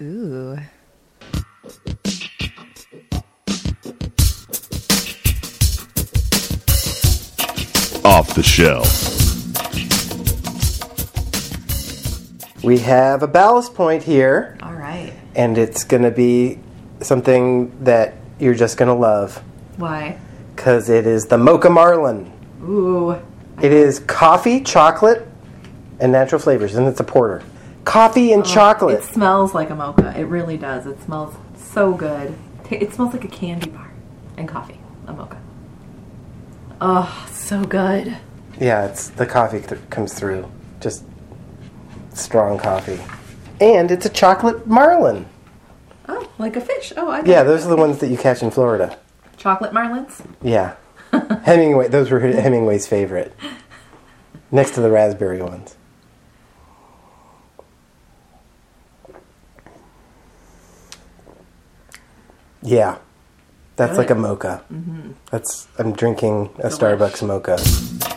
Ooh. Off the shelf. We have a ballast point here, All right. and it's going to be something that you're just going to love Why? because it is the Mocha Marlin. Ooh. It is coffee, chocolate, and natural flavors, and it's a porter. Coffee and chocolate. It smells like a mocha. It really does. It smells so good. Ta- It smells like a candy bar and coffee. A mocha. Oh, so good. Yeah, it's the coffee that comes through. Just strong coffee. And it's a chocolate marlin. Oh, like a fish. Oh, I got Yeah, it. those are the ones that you catch in Florida. chocolate marlins. Yeah. Hemingway, those were Hemingway's favorite. Next to the raspberry ones. Yeah. That's like a mocha. That's I'm drinking a Starbucks mocha.